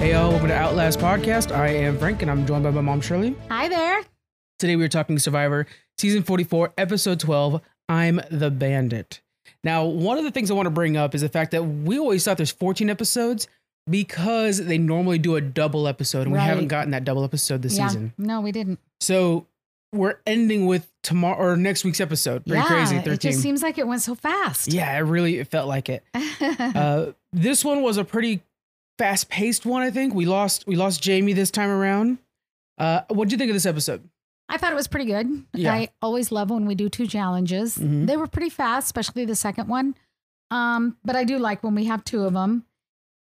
Hey y'all, welcome to Outlast Podcast. I am Frank and I'm joined by my mom Shirley. Hi there. Today we are talking Survivor Season 44, Episode 12, I'm the Bandit. Now, one of the things I want to bring up is the fact that we always thought there's 14 episodes because they normally do a double episode and we Right. haven't gotten that double episode this yeah. season. No, we didn't. So we're ending with tomorrow or next week's episode. Pretty yeah, crazy. It 13. just seems like it went so fast. yeah, it really it felt like it. Uh, this one was a pretty fast-paced one. I think we lost we lost Jamie this time around. Uh, what do you think of this episode? I thought it was pretty good. Yeah. I always love when we do two challenges. Mhm. They were pretty fast, especially the second one. Um, but I do like when we have two of them.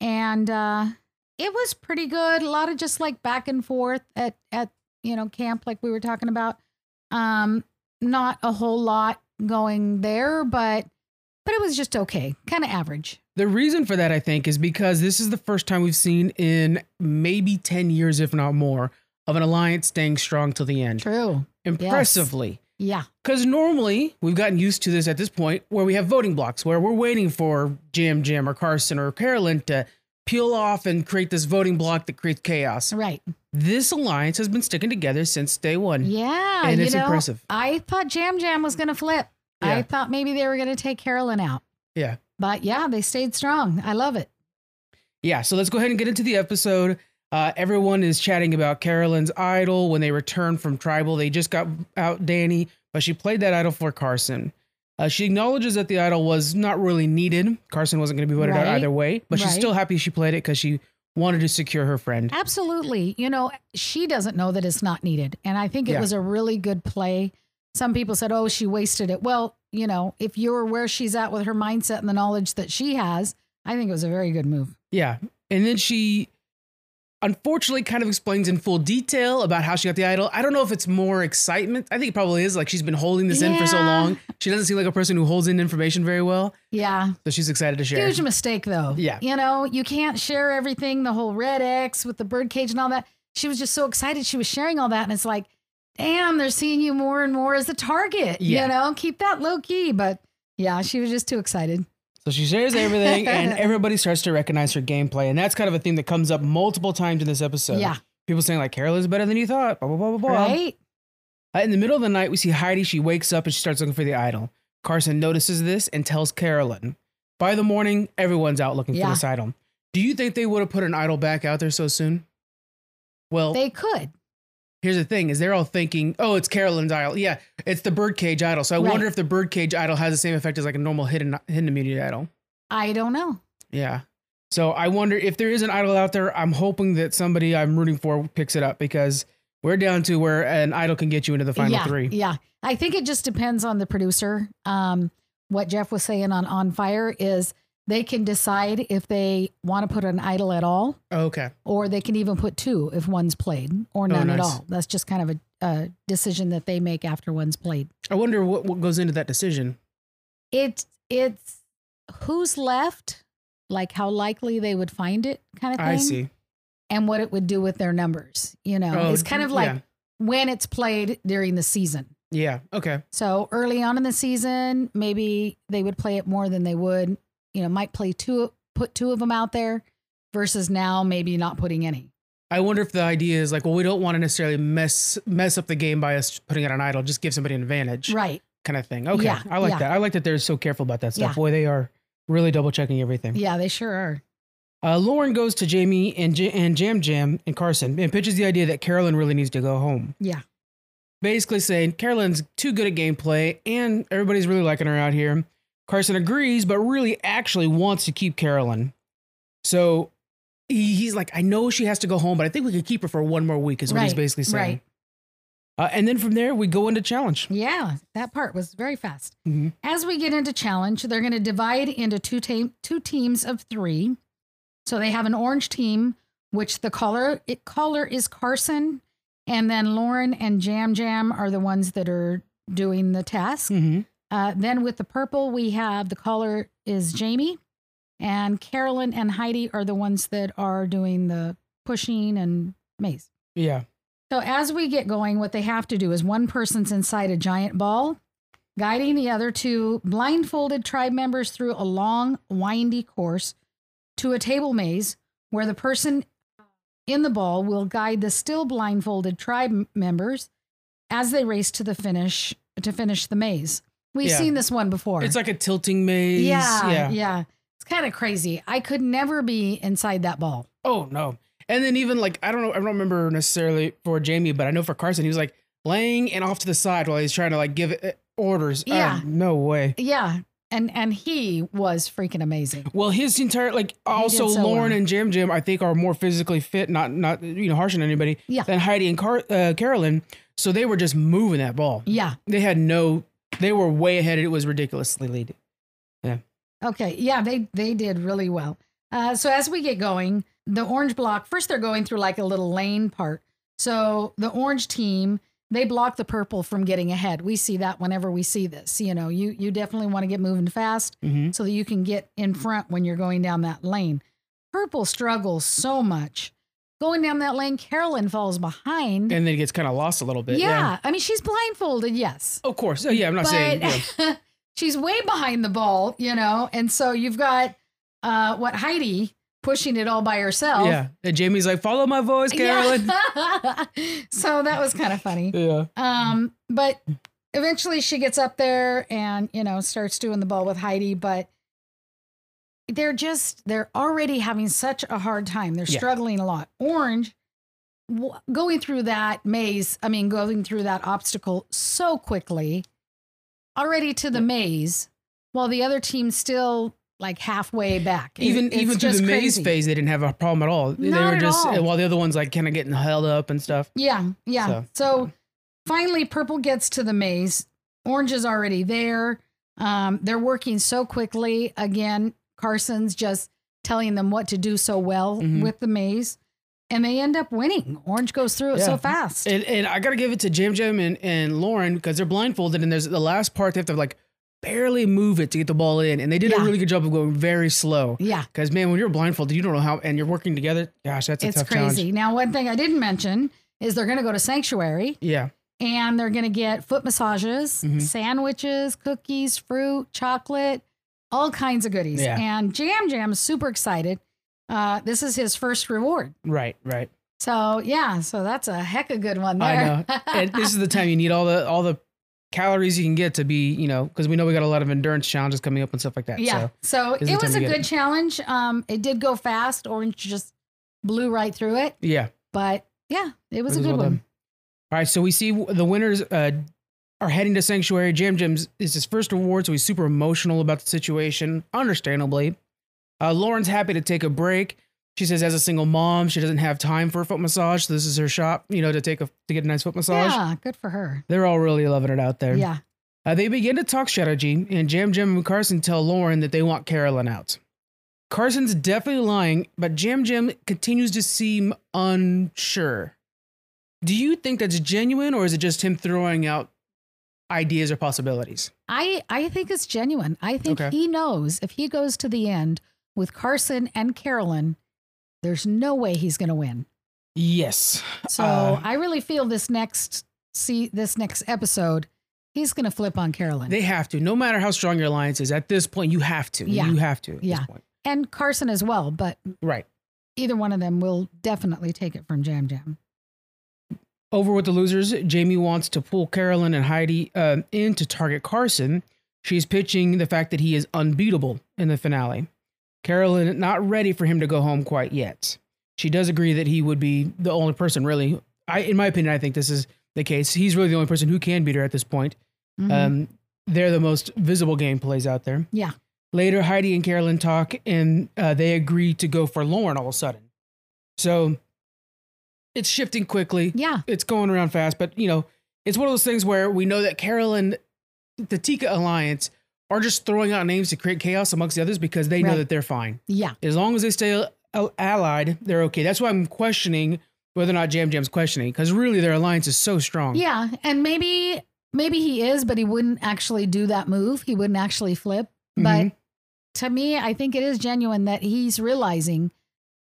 And uh, it was pretty good. A lot of just like back and forth at at you know camp, like we were talking about. Um, not a whole lot going there, but but it was just okay, kind of average. The reason for that, I think, is because this is the first time we've seen in maybe ten years, if not more, of an alliance staying strong till the end, True. impressively. Yeah. Because normally we've gotten used to this at this point where we have voting blocks where we're waiting for Jim, Jim, or Carson, or Carolyn to peel off and create this voting block that creates chaos. Right. This alliance has been sticking together since day one. Yeah. and you it's know, impressive. I thought Jam Jam was going to flip. Yeah. I thought maybe they were going to take Carolyn out. Yeah. But yeah, they stayed strong. I love it. Yeah, so let's go ahead and get into the episode. Uh, everyone is chatting about Carolyn's idol when they return from tribal. They just got out Danny, but she played that idol for Carson. Uh, she acknowledges that the idol was not really needed. Carson wasn't going to be voted out Right. either way, but she's Right. still happy she played it because she wanted to secure her friend. Absolutely. You know, she doesn't know that it's not needed. And I think it Yeah. was a really good play. Some people said, oh, she wasted it. Well, you know, if you're where she's at with her mindset and the knowledge that she has, I think it was a very good move. Yeah. And then she unfortunately kind of explains in full detail about how she got the idol. I don't know if it's more excitement. I think it probably is. Like she's been holding this in for so Yeah. long. She doesn't seem like a person who holds in information very well. Yeah. So she's excited to share. Huge mistake, though. Yeah. You know, you can't share everything, the whole red X with the birdcage and all that. She was just so excited. She was sharing all that. And it's like, damn, they're seeing you more and more as a target. Yeah. You know, keep that low key. But yeah, she was just too excited. So she shares everything, and everybody starts to recognize her gameplay. And that's kind of a theme that comes up multiple times in this episode. yeah. People saying, like, Carol is better than you thought, blah, blah, blah, blah, blah. Right? Uh, in the middle of the night, we see Heidi. She wakes up and she starts looking for the idol. Carson notices this and tells Carolyn. By the morning, everyone's out looking for Yeah. this idol. Do you think they would have put an idol back out there so soon? Well, They could. here's the thing: is they're all thinking, "Oh, it's Carolyn's idol. Yeah, it's the birdcage idol." So I Right. wonder if the birdcage idol has the same effect as like a normal hidden hidden immunity idol. I don't know. Yeah. So I wonder if there is an idol out there. I'm hoping that somebody I'm rooting for picks it up because we're down to where an idol can get you into the final yeah. three. Yeah. I think it just depends on the producer. Um, what Jeff was saying on On Fire is they can decide if they want to put an idol at all. Okay. or they can even put two if one's played or none at Oh, nice. all. That's just kind of a, a decision that they make after one's played. I wonder what, what goes into that decision. It it's who's left, like how likely they would find it kind of thing. I see. And what it would do with their numbers. You know, Oh, it's kind of like yeah. when it's played during the season. Yeah. Okay. So early on in the season, maybe they would play it more than they would, you know, might play two put two of them out there versus now maybe not putting any. I wonder if the idea is like, well, we don't want to necessarily mess mess up the game by us putting out an idol. Just give somebody an advantage, Right. kind of thing. Okay. Yeah, I like yeah. that. I like that they're so careful about that stuff. Yeah. Boy, they are really double checking everything. Yeah, they sure are. Uh, Lauren goes to Jamie and J- and Jam Jam and Carson and pitches the idea that Carolyn really needs to go home. Yeah. Basically saying Carolyn's too good at gameplay and everybody's really liking her out here. Carson agrees, but really actually wants to keep Carolyn. So he, he's like, I know she has to go home, but I think we could keep her for one more week, is what he's Right, basically saying. right. Uh, and then from there, we go into challenge. Yeah, that part was very fast. Mhm. As we get into challenge, they're going to divide into two ta- two teams of three. So they have an orange team, which the caller it, caller is Carson, and then Lauren and Jam Jam are the ones that are doing the task. Mm-hmm. Uh, then with the purple, we have the caller is Jamie, and Carolyn and Heidi are the ones that are doing the pushing and maze. Yeah. So as we get going, what they have to do is one person's inside a giant ball, guiding the other two blindfolded tribe members through a long, windy course to a table maze where the person in the ball will guide the still blindfolded tribe m- members as they race to the finish to finish the maze. We've Yeah. seen this one before. It's like a tilting maze. yeah, yeah, It's kind of crazy. I could never be inside that ball. Oh no. And then even like I don't know, I don't remember necessarily for Jamie, but I know for Carson, he was like laying and off to the side while he's trying to like give uh, orders. Oh, Yeah. no way. Yeah, and and he was freaking amazing. Well, his entire like also did so Lauren well. and Jim Jim, I think are more physically fit, not not you know harsh on anybody Yeah. than Heidi and Car- uh, Carolyn. So they were just moving that ball. Yeah. They had no. They were way ahead. It was ridiculously lead. Okay. Yeah, they they did really well. Uh, so as we get going, the orange block first they're going through like a little lane part. So the orange team they block the purple from getting ahead. We see that whenever we see this. You know, you you definitely want to get moving fast Mm-hmm. so that you can get in front when you're going down that lane. Purple struggles so much going down that lane. Carolyn falls behind. And then it gets kind of lost a little bit. yeah, I mean she's blindfolded. Yes, Of course. Oh, yeah. I'm not saying. yeah. but she's way behind the ball, you know, and so you've got uh, what Heidi pushing it all by herself. Yeah. And Jamie's like, follow my voice, Carolyn. Yeah. so that was kind of funny. yeah. Um, but eventually she gets up there and you know starts doing the ball with Heidi, but they're just they're already having such a hard time. They're Yeah. struggling a lot. Orange w- going through that maze, I mean going through that obstacle so quickly already to the maze while the other team's still like halfway back. It- Even it's even through just the maze crazy. phase, they didn't have a problem at all. they Not were at just all. while the other ones like kind of getting held up and stuff. Yeah, yeah. So- So, finally, purple gets to the maze. Orange is already there. Um, they're working so quickly. Again, Carson's just telling them what to do so well Mhm. with the maze, and they end up winning. Orange goes through it Yeah. so fast. And, and I gotta give it to Jim Jim and, and Lauren because they're blindfolded and there's the last part they have to like barely move it to get the ball in. And they did a Yeah. really good job of going very slow. yeah, Because man, when you're blindfolded, you don't know how and you're working together. Gosh, that's a it's tough crazy. challenge. Now, one thing I didn't mention is they're going to go to sanctuary Yeah. and they're going to get foot massages, Mhm. sandwiches, cookies, fruit, chocolate, all kinds of goodies. Yeah. And Jam Jam is super excited. Uh, this is his first reward. Right, right. So yeah, so that's a heck of a good one I there. And this is the time you need all the all the calories you can get to be, you know, because we know we got a lot of endurance challenges coming up and stuff like that. yeah. So So, is the it was time to a get good it. challenge. Um, it did go fast. Orange just blew right through it, yeah. but yeah, it was It was a good well one. done. All right, so we see w- the winners uh, are heading to Sanctuary. Jim Jim's is his first award, so he's super emotional about the situation, understandably. Uh, Lauren's happy to take a break. She says, as a single mom, she doesn't have time for a foot massage, so this is her shop, you know, to take a to get a nice foot massage. Yeah, good for her. They're all really loving it out there. Yeah, Uh, they begin to talk strategy, and Jam Jam and Carson tell Lauren that they want Carolyn out. Carson's definitely lying, but Jam Jam continues to seem unsure. Do you think that's genuine, or is it just him throwing out ideas or possibilities? I I think it's genuine. I think Okay. he knows if he goes to the end with Carson and Carolyn, there's no way he's going to win. Yes. So Uh, I really feel this next see this next episode, he's going to flip on Carolyn. They have to. No matter how strong your alliance is, at this point, you have to. Yeah. You have to. At Yeah. This point. and Carson as well, but Right. either one of them will definitely take it from Jam Jam. Over with the losers, Jamie wants to pull Carolyn and Heidi uh, in to target Carson. She's pitching the fact that he is unbeatable in the finale. Carolyn not ready for him to go home quite yet. She does agree that he would be the only person really. I, in my opinion, I think this is the case. He's really the only person who can beat her at this point. Mhm. Um, they're the most visible gameplays out there. Yeah. Later, Heidi and Carolyn talk, and uh, they agree to go for Lauren all of a sudden. So it's shifting quickly yeah, it's going around fast, but you know, it's one of those things where we know that Carol and the Tika Alliance are just throwing out names to create chaos amongst the others because they know Right. that they're fine. yeah, As long as they stay al- allied, they're okay. That's why I'm questioning whether or not Jam Jam's questioning because really their alliance is so strong. yeah. And maybe maybe he is, but he wouldn't actually do that move. He wouldn't actually flip. Mhm. But to me, I think it is genuine that he's realizing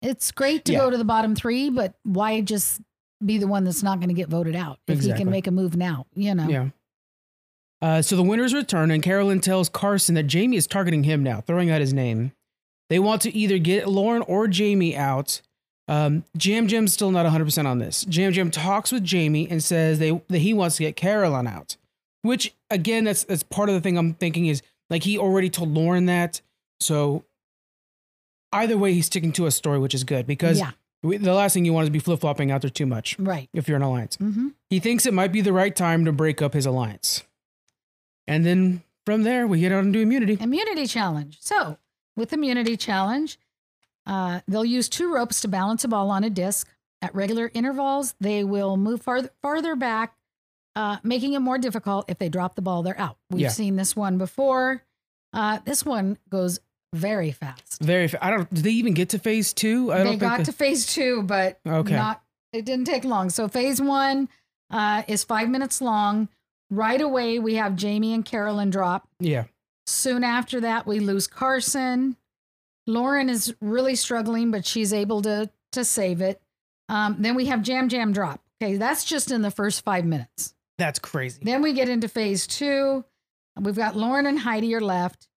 it's great to Yeah. go to the bottom three, but why just be the one that's not going to get voted out if he Exactly. can make a move now? You know. yeah. Uh, so the winners return, and Carolyn tells Carson that Jamie is targeting him now, throwing out his name. They want to either get Lauren or Jamie out. Um, Jam Jam's still not 100% on this. Jam Jam talks with Jamie and says they that he wants to get Carolyn out, which again, that's that's part of the thing I'm thinking is like he already told Lauren that. So either way, he's sticking to a story, which is good because yeah, we, the last thing you want is to be flip flopping out there too much right. if you're an alliance. Mm-hmm. He thinks it might be the right time to break up his alliance. And then from there, we get out into immunity. Immunity challenge. So, with immunity challenge, uh, they'll use two ropes to balance a ball on a disc. At regular intervals, they will move farther farther back, uh, making it more difficult. If they drop the ball, they're out. We've Yeah. seen this one before. Uh, this one goes very fast. Very, fa- I don't, did they even get to phase two? I don't they got to phase two, but Okay. not it didn't take long. So phase one uh, is five minutes long. Right away, we have Jamie and Carolyn drop. yeah. Soon after that, we lose Carson. Lauren is really struggling, but she's able to to save it. Um, then we have Jam Jam drop. Okay, that's just in the first five minutes. That's crazy. Then we get into phase two. We've got Lauren and Heidi are left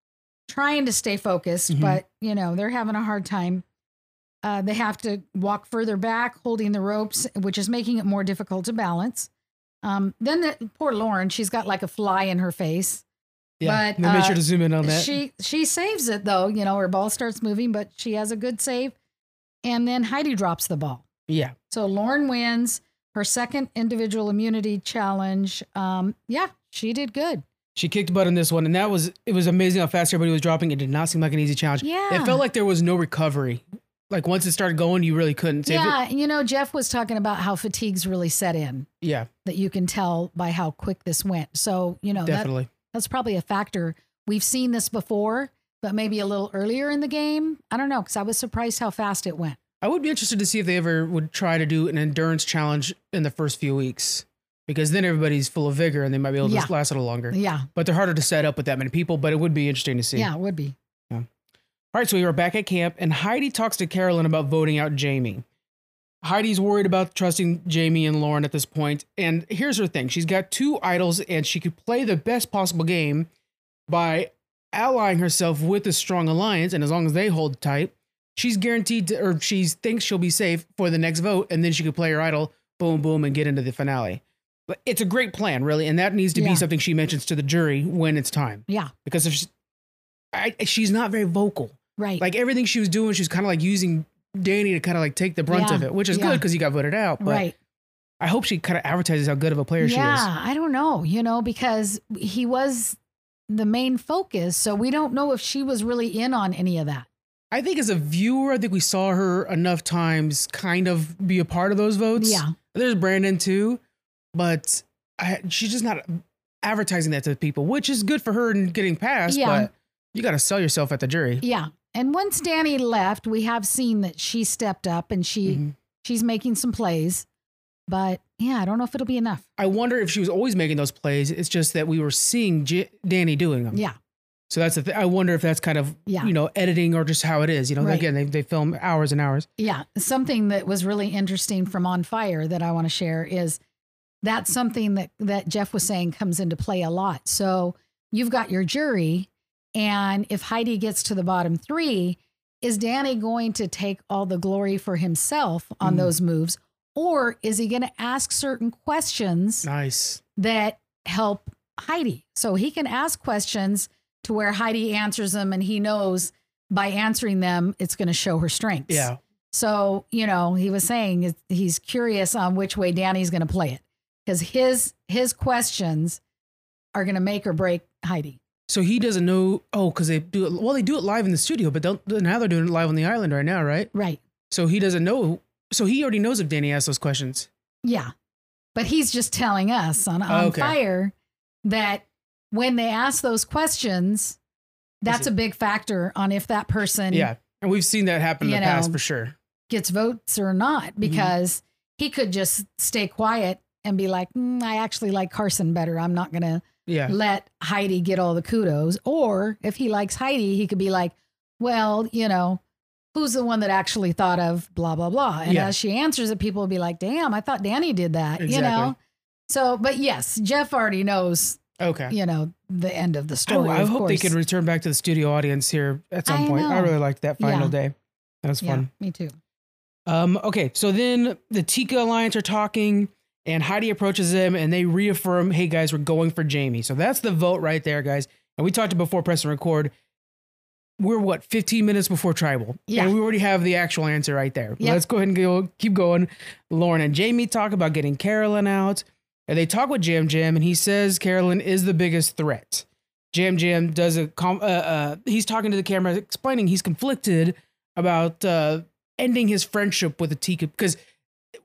trying to stay focused, Mhm. but you know they're having a hard time. Uh, they have to walk further back, holding the ropes, which is making it more difficult to balance. Um, then the, poor Lauren, she's got like a fly in her face. Yeah. But, they made uh, sure to zoom in on that. She she saves it though, you know, her ball starts moving, but she has a good save. And then Heidi drops the ball. yeah. So Lauren wins her second individual immunity challenge. Um, yeah, she did good. She kicked butt in this one, and that was it was amazing how fast everybody was dropping. It did not seem like an easy challenge. Yeah. It felt like there was no recovery. Like once it started going, you really couldn't save it. yeah, you know, Jeff was talking about how fatigue's really set in, Yeah, that you can tell by how quick this went. So, you know, Oh, that, definitely. that's probably a factor. We've seen this before, but maybe a little earlier in the game. I don't know, because I was surprised how fast it went. I would be interested to see if they ever would try to do an endurance challenge in the first few weeks. Because then everybody's full of vigor and they might be able to Yeah. last a little longer. Yeah, But they're harder to set up with that many people, but it would be interesting to see. yeah, it would be. All right, so we are back at camp, and Heidi talks to Carolyn about voting out Jamie. Heidi's worried about trusting Jamie and Lauren at this point, and here's her thing: she's got two idols, and she could play the best possible game by allying herself with a strong alliance. And as long as they hold tight, she's guaranteed, to, or she thinks she'll be safe for the next vote, and then she could play her idol, boom, boom, and get into the finale. But it's a great plan, really, and that needs to Yeah. be something she mentions to the jury when it's time, Yeah, because if she's, I, she's not very vocal right. like everything she was doing, she was kind of like using Danny to kind of like take the brunt Yeah, of it, which is yeah. good because he got voted out. But right. I hope she kind of advertises how good of a player she is. yeah, I don't know, you know, because he was the main focus. So we don't know if she was really in on any of that. I think as a viewer, I think we saw her enough times kind of be a part of those votes. yeah. There's Brandon too, but I, she's just not advertising that to people, which is good for her and getting passed. Yeah. But you got to sell yourself at the jury. Yeah. And once Danny left, we have seen that she stepped up and she Mhm. she's making some plays. But yeah, I don't know if it'll be enough. I wonder if she was always making those plays. It's just that we were seeing J- Danny doing them. Yeah. So that's the thing. I wonder if that's kind of Yeah. you know editing or just how it is. You know, Right. again, they they film hours and hours. Yeah. Something that was really interesting from On Fire that I want to share is that's something that, that Jeff was saying comes into play a lot. So you've got your jury, and if Heidi gets to the bottom three, is Danny going to take all the glory for himself on Mm. those moves? Or is he going to ask certain questions Nice. that help Heidi. So he can ask questions to where Heidi answers them and he knows by answering them, it's going to show her strengths. Yeah. So, you know, he was saying is- he's curious on which way Danny's going to play it because his his questions are going to make or break Heidi. So he doesn't know. Oh, because they do it. Well, they do it live in the studio, but don't, now they're doing it live on the island right now, right? Right. So he doesn't know. So he already knows if Danny asked those questions. Yeah. But he's just telling us on, on Okay. fire that when they ask those questions, that's see. a big factor on if that person yeah, and we've seen that happen in the You past know. for sure. gets votes or not Mm-hmm. because he could just stay quiet and be like, "Mm, I actually like Carson better. I'm not going to Yeah. let Heidi get all the kudos. Or if he likes Heidi, he could be like, well, you know, who's the one that actually thought of blah, blah, blah. And Yeah. as she answers it, people will be like, damn, I thought Danny did that, you Exactly. know? So, but yes, Jeff already knows, Okay. you know, the end of the story. Oh, I of hope they course. could return back to the studio audience here at some I point. I know. really liked that final Yeah. day. That was Yeah, fun. me too. Um, okay, so then the Tika Alliance are talking, and Heidi approaches them, and they reaffirm, "Hey guys, we're going for Jamie." So that's the vote right there, guys. And we talked before press and record. We're what 15 minutes before tribal, Yeah. and we already have the actual answer right there. Yeah. Let's go ahead and go keep going. Lauren and Jamie talk about getting Carolyn out, and they talk with Jam Jam, and he says Carolyn is the biggest threat. Jam Jam does a com- uh, uh, he's talking to the camera, explaining he's conflicted about uh, ending his friendship with Tika because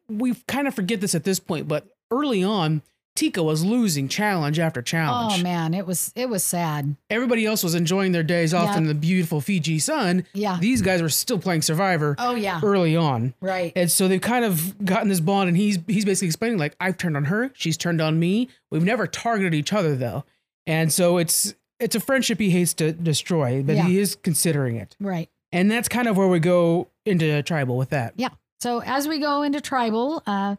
we kind of forget this at this point, but early on, Tika was losing challenge after challenge. Oh man, it was it was sad. Everybody else was enjoying their days off Yeah. in the beautiful Fiji sun. Yeah. These guys were still playing Survivor Oh yeah. early on. Right. And so they've kind of gotten this bond, and he's he's basically explaining like I've turned on her, she's turned on me. We've never targeted each other though, and so it's it's a friendship he hates to destroy, but he is considering it, Right. and that's kind of where we go into tribal with that. So as we go into tribal, uh,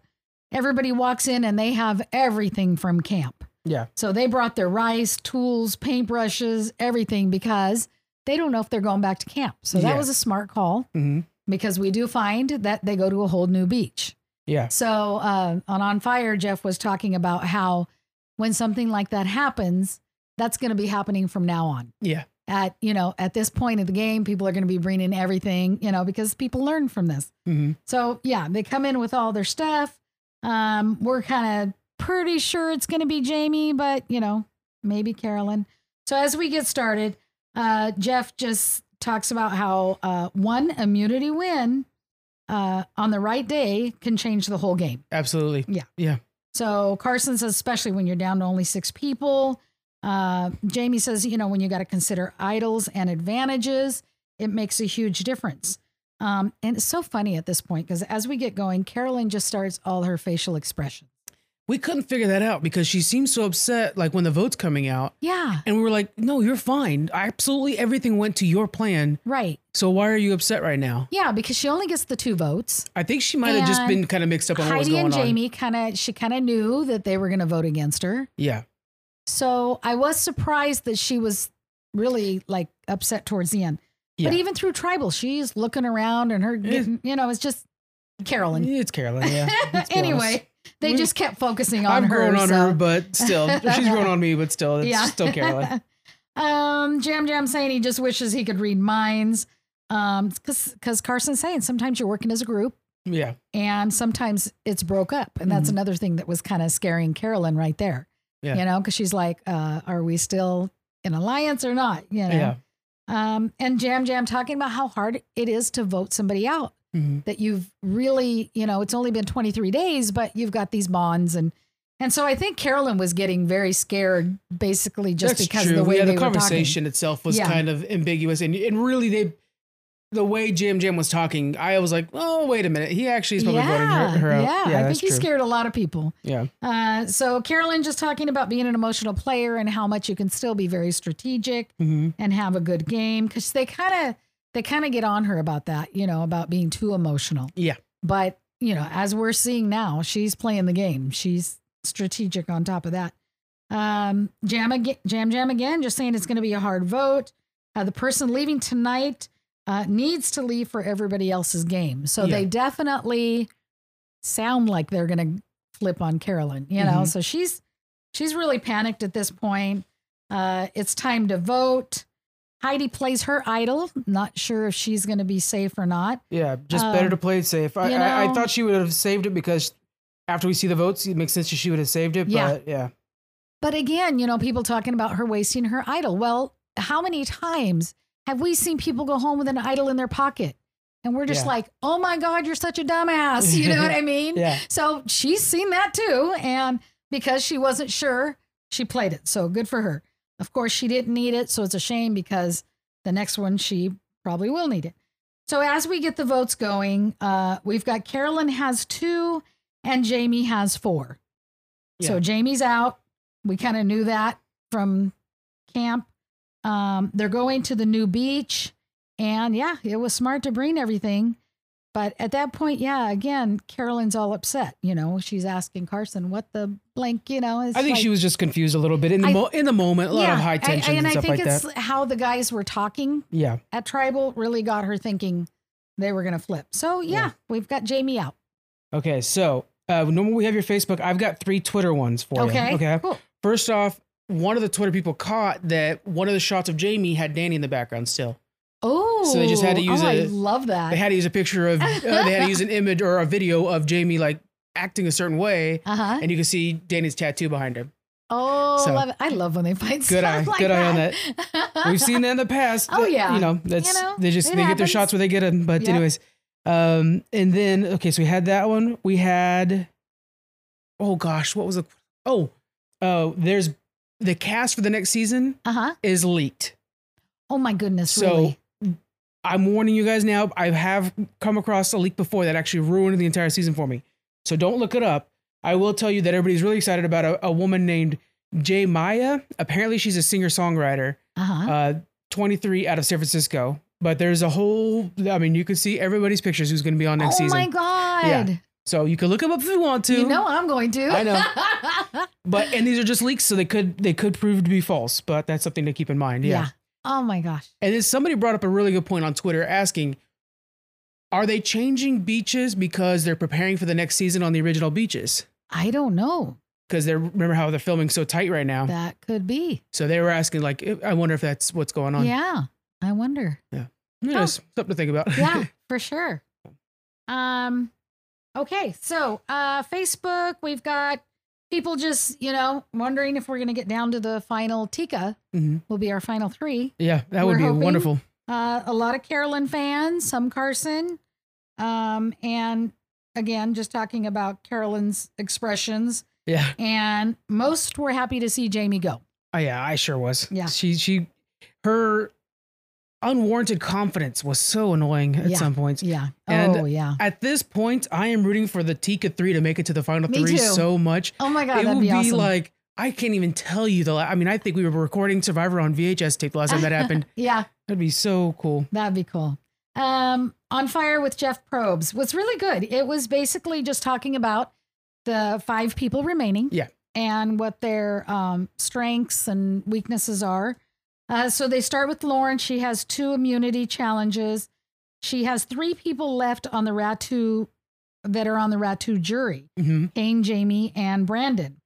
everybody walks in and they have everything from camp. Yeah. So they brought their rice, tools, paintbrushes, everything because they don't know if they're going back to camp. So that Yeah. was a smart call hmm because we do find that they go to a whole new beach. Yeah, So uh, on On Fire, Jeff was talking about how when something like that happens, that's going to be happening from now on. yeah, At you know, at this point of the game, people are going to be bringing everything, you know, because people learn from this. hmm So yeah, they come in with all their stuff. Um, we're kind of pretty sure it's going to be Jamie, but you know, maybe Carolyn. So as we get started, uh, Jeff just talks about how uh, one immunity win uh, on the right day can change the whole game. absolutely. So Carson says, especially when you're down to only six people. Uh, Jamie says, you know, when you got to consider idols and advantages, it makes a huge difference. Um, and it's so funny at this point because as we get going, Carolyn just starts all her facial expression. We couldn't figure that out because she seemed so upset, like when the vote's coming out, Yeah, and we were like, "No, you're fine. Absolutely, everything went to your plan. right. So why are you upset right now?" Yeah, because she only gets the two votes. I think she might have just And been kind of mixed up on what was Heidi going and on. Jamie kind of, she kind of knew that they were going to vote against her. Yeah, So I was surprised that she was really like upset towards the end. Yeah. But even through tribal, she's looking around and her, getting, you know, it's just Carolyn. it's Carolyn. Yeah. Let's be honest. anyway, they We- just kept focusing on I've her. grown on so- her, but still, she's grown on me, but still, it's still Carolyn. um, Jam Jam saying he just wishes he could read minds. Um, because because Carson's saying sometimes you're working as a group Yeah, and sometimes it's broke up and that's Mhm. another thing that was kind of scaring carolyn right there Yeah. you know because she's like uh, are we still in alliance or not you know yeah. um, and jam jam talking about how hard it is to vote somebody out Mhm. that you've really you know it's only been 23 days but you've got these bonds and and so i think carolyn was getting very scared basically just That's because true. of the way yeah, the they were conversation itself was Yeah. kind of ambiguous, and and really they. The way Jim Jim was talking, I was like, "Oh, wait a minute! He actually is talking. probably voting yeah, her, her out." yeah, I that's think he true. scared a lot of people. Yeah, Uh, so Carolyn just talking about being an emotional player and how much you can still be very strategic hmm and have a good game because they kind of they kind of get on her about that, you know, about being too emotional. Yeah. But you know, as we're seeing now, she's playing the game. She's strategic on top of that. Um, jam again, jam jam again. Just saying, it's going to be a hard vote. Uh, the person leaving tonight uh, needs to leave for everybody else's game. So Yeah. they definitely sound like they're going to flip on Carolyn. You know, Mhm. so she's she's really panicked at this point. Uh, it's time to vote. Heidi plays her idol. Not sure if she's going to be safe or not. yeah. Just Um, better to play it safe. I, you I, I know- thought she would have saved it because after we see the votes, it makes sense that she would have saved it. Yeah. But yeah, But again, you know, people talking about her wasting her idol. Well, how many times have we seen people go home with an idol in their pocket? And we're just Yeah. like, oh my God, you're such a dumbass. You know what I mean? yeah, So she's seen that too. And because she wasn't sure, she played it. So good for her. Of course, she didn't need it. So it's a shame because the next one, she probably will need it. So as we get the votes going, uh, we've got Carolyn has two and Jamie has four. Yeah. So Jamie's out. We kind of knew that from camp. Um, they're going to the new beach. And yeah, it was smart to bring everything. But at that point, yeah, again, Carolyn's all upset. You know, she's asking Carson what the blank, you know, is. I think like- she was just confused a little bit in the I- mo- in the moment. A lot of Yeah, high I- tension and, and I stuff think like it's that. how the guys were talking Yeah, at Tribal really got her thinking, they were going to flip. So yeah, Yeah. we've got Jamie out. Okay, so uh, normally we have your Facebook. I've got three Twitter ones for Okay. you. Oh, Okay. Cool. First off, one of the Twitter people caught that one of the shots of Jamie had Danny in the background still. Oh, they just had to use oh, I a- love that. They had to use a picture of, uh, they had to use an image or a video of Jamie like acting a certain way, uh huh. and you can see Danny's tattoo behind her. Oh, So- love it. I love when they find Good stuff eye. like Good that. eye on that. We've seen that in the past. Oh, that, yeah. you know that's You know, they just it they get their happens. shots where they get them. But Yep. anyways, um, and then okay, so we had that one. We had, oh gosh, what was the oh, uh, there's the cast for the next season Uh huh. is leaked. Oh my goodness. So- really? I'm warning you guys now. I have come across a leak before that actually ruined the entire season for me. So don't look it up. I will tell you that everybody's really excited about a, a woman named Jay Maya. Apparently, she's a singer songwriter, Uh huh. uh, 23 out of San Francisco. But there's a whole, I mean, you can see everybody's pictures who's going to be on Oh next season. my god. So you can look them up if you want to. You know I'm going to. I But and these are just leaks, so they could they could prove to be false. But that's something to keep in mind. yeah. yeah. Oh my gosh. And then somebody brought up a really good point on Twitter asking, are they changing beaches because they're preparing for the next season on the original beaches? I don't know. Because they remember how they're filming so tight right now. That could be. so they were asking, like, I wonder if that's what's going on. Yeah. I wonder. Anyways, something to think about. Yeah, for sure. Um okay, so uh Facebook, we've got people just, you know, wondering if we're going to get down to the final Tika Mhm. will be our final 3. yeah, that We're would be hoping. wonderful. Uh a lot of Carolyn fans, some Carson. Um and again, just talking about Carolyn's expressions Yeah. and most were happy to see Jamie go. Oh, yeah, I sure was. Yeah. She, she, her unwarranted confidence was so annoying at Yeah. some points. Yeah. And- oh, yeah. At this point, I am rooting for the Tika 3 to make it to the final Me three too. so much. Oh my god, it that'd would be be, awesome. like I can't even tell you the. La- I mean, I think we were recording Survivor on VHS tape the last time that happened. yeah. That'd be so cool. That'd be cool. Um, on fire with Jeff Probes was really good. It was basically just talking about the five people remaining, Yeah. and what their um, strengths and weaknesses are. Uh, so they start with Lauren. She has two immunity challenges. She has three people left on the Ratu that are on the Ratu jury: Mhm. Kane, Jamie, and Brandon.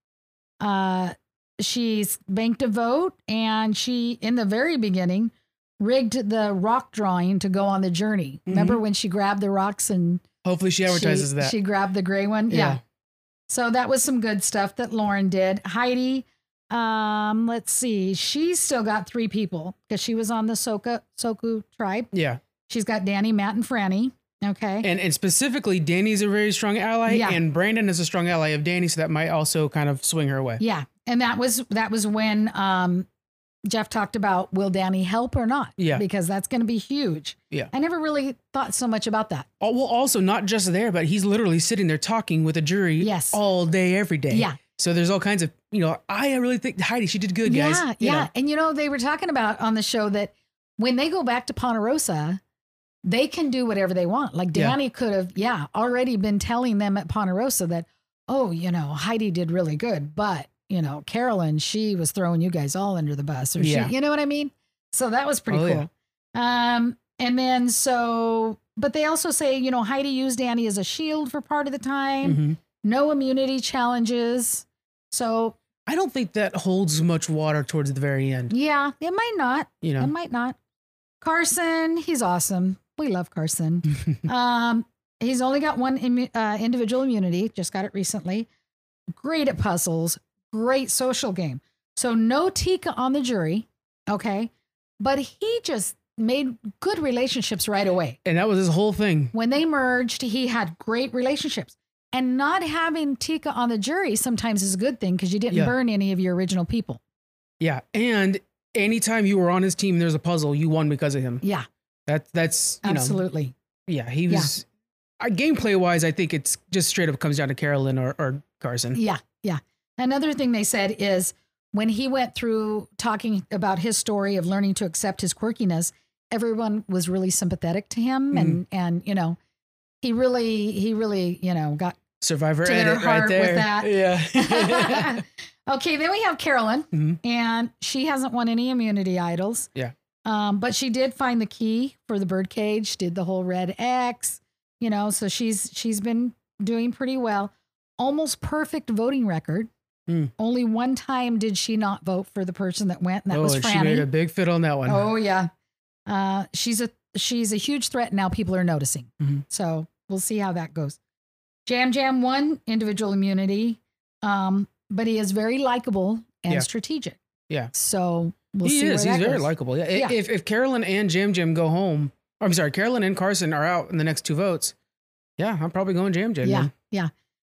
Uh, she's banked a vote, and she, in the very beginning, rigged the rock drawing to go on the journey. Remember when she grabbed the rocks and Hopefully, Mm-hmm. she advertises she, that. she grabbed the gray one? Yeah. Yeah. So that was some good stuff that Lauren did. Heidi, um, let's see, she's still got three people because she was on the Soka Soku tribe. yeah, She's got Danny, Matt, and Franny. Okay. and and specifically, Danny's a very strong ally, Yeah. and Brandon is a strong ally of Danny, so that might also kind of swing her away. yeah. And that was that was when um Jeff talked about will Danny help or not? Yeah. Because that's gonna be huge. Yeah. I never really thought so much about that. Oh, well, also not just there, but he's literally sitting there talking with a jury Yes. all day, every day. Yeah. So there's all kinds of you know. I really think Heidi, she did good, guys. Yeah, You yeah. know. And you know, they were talking about on the show that when they go back to Ponderosa, they can do whatever they want. Like Yeah. Danny could have, yeah, already been telling them at Ponderosa that, oh, you know, Heidi did really good, but you know, Carolyn, she was throwing you guys all under the bus, or Yeah. she, you know what I mean. So that was pretty Oh, yeah. cool. Um, and then so, but they also say, you know, Heidi used Danny as a shield for part of the time. Mhm. No immunity challenges. So I don't think that holds much water towards the very end. yeah, it might not. You It know. might not. Carson, he's awesome. We love Carson. um, he's only got one immu- uh, individual immunity, just got it recently. Great at puzzles, great social game. So, no Tika on the jury. Okay. But he just made good relationships right away. and that was his whole thing. When they merged, he had great relationships. And not having Tika on the jury sometimes is a good thing because you didn't Yeah. burn any of your original people. Yeah, and anytime you were on his team, there's a puzzle you won because of him. Yeah, That that's you know, absolutely. yeah, he Yeah. was. Uh, gameplay wise, I think it's just straight up comes down to Carolyn or, or Carson. Yeah, yeah. Another thing they said is when he went through talking about his story of learning to accept his quirkiness, everyone was really sympathetic to him and and you know, he really he really, you know, got Survivor To their edit right heart with there. that. Yeah, okay, then we have Carolyn, Mhm. and she hasn't won any immunity idols. Yeah. Um, but she did find the key for the birdcage, did the whole red X, you know, so she's she's been doing pretty well. Almost perfect voting record. Hmm. Only one time did she not vote for the person that went, and that oh, was and Franny. she made a big fit on that one. Oh yeah, uh, she's a she's a huge threat now. People are noticing, Mhm. so we'll see how that goes. Jam Jam won individual immunity, um, but he is very likable and Yeah. strategic. Yeah. so we'll he see. is. where He's that very goes. likable. Yeah. i- Yeah. If if Carolyn and Jam Jam go home, or, I'm sorry, Carolyn and Carson are out in the next two votes. Yeah, I'm probably going Jam Jam. Yeah, man. yeah.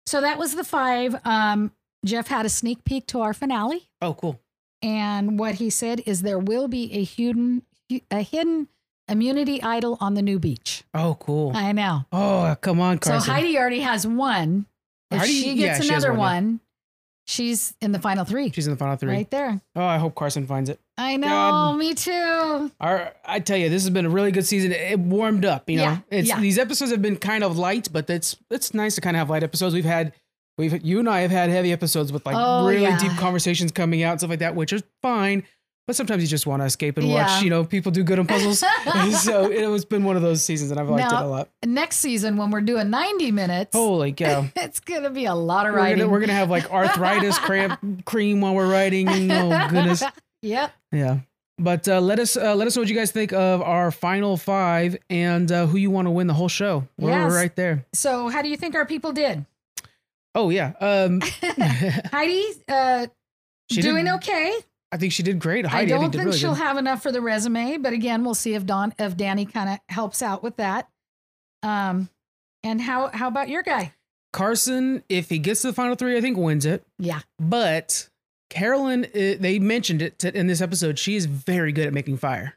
So that was the five. Um, Jeff had a sneak peek to our finale, Oh, cool. and what he said is there will be a hidden a hidden immunity idol on the new beach. Oh, cool. I know. oh, come on, Carson. So Heidi already has one. If Heidi- she yeah, gets she has another one, one, she's in the final three. She's in the final three. Right there. Oh, I hope Carson finds it. I know. God. Me too. Our, I tell you, this has been a really good season. It warmed up, you know. Yeah, It's yeah. these episodes have been kind of light, but it's it's nice to kind of have light episodes. We've had we've you and I have had heavy episodes with like Oh, really yeah. deep conversations coming out and stuff like that, which is fine. But sometimes you just want to escape and Yeah. watch, you know, people do good on puzzles. so it was been one of those seasons, and I've liked No. it a lot. Next season, when we're doing 90 minutes, Holy cow! it's going to be a lot of We're writing. gonna, we're gonna have like arthritis cramp cream while we're writing. Oh goodness. Yep. Yeah. But uh, let us uh, let us know what you guys think of our final five and uh, who you want to win the whole show. We're Yes. right there. So, how do you think our people did? Oh yeah. Um, Heidi, uh, She doing did- okay. I think she did great. I Heidi, I, don't think, did think really she'll good. have enough for the resume, but again, we'll see if Don, if Danny kind of helps out with that. Um, and how how about your guy? Carson, if he gets to the final three, I think wins it. Yeah. But Carolyn, uh, they mentioned it to, in this episode. She is very good at making fire,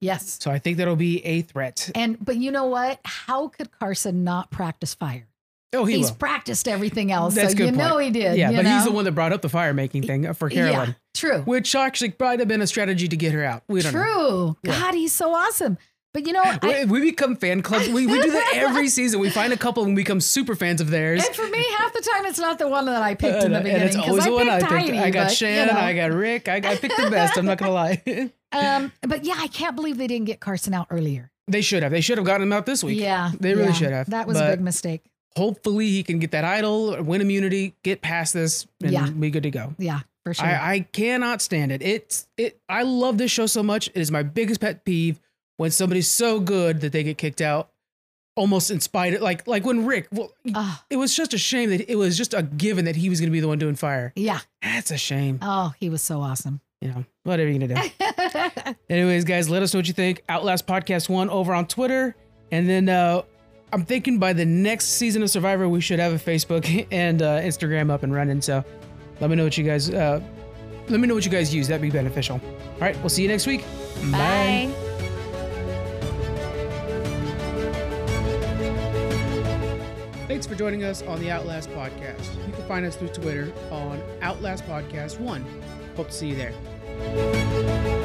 Yes. so I think that'll be a threat. And but you know what? How could Carson not practice fire? Oh, he he's will. practiced everything else, That's so good you know point. he did. yeah, you but know? he's the one that brought up the fire making thing for Carolyn, Yeah, true, which actually might have been a strategy to get her out. We don't know. true. Yeah. God, he's so awesome. But you know, I, we, we become fan clubs. We, we do that every season. We find a couple and we become super fans of theirs. and for me, half the time it's not the one that I picked in the And- beginning and it's because always I the one picked I picked. Heidi. I got but, you Shannon, know. I got Rick. I, I picked the best. I'm not gonna lie. Um, but yeah, I can't believe they didn't get Carson out earlier. they should have. They should have gotten him out this week. yeah, They really yeah. should have, That was a but- big mistake. Hopefully he can get that idol, win immunity, get past this, and Yeah. be good to go. Yeah, for sure. I, I cannot stand it. It's it. I love this show so much. It is my biggest pet peeve when somebody's so good that they get kicked out, almost in spite of like like when Rick. Well, oh, it was just a shame that it was just a given that he was going to be the one doing fire. yeah. That's a shame. Oh, he was so awesome. You know, whatever you gonna do. Anyways, guys, let us know what you think. Outlast Podcast One over on Twitter, and then uh, I'm thinking by the next season of Survivor, we should have a Facebook and uh, Instagram up and running. So let me know what you guys uh, let me know what you guys use. That'd be beneficial. All right, we'll see you next week. Bye. Thanks for joining us on the Outlast Podcast. You can find us through Twitter on Outlast Podcast One. Hope to see you there.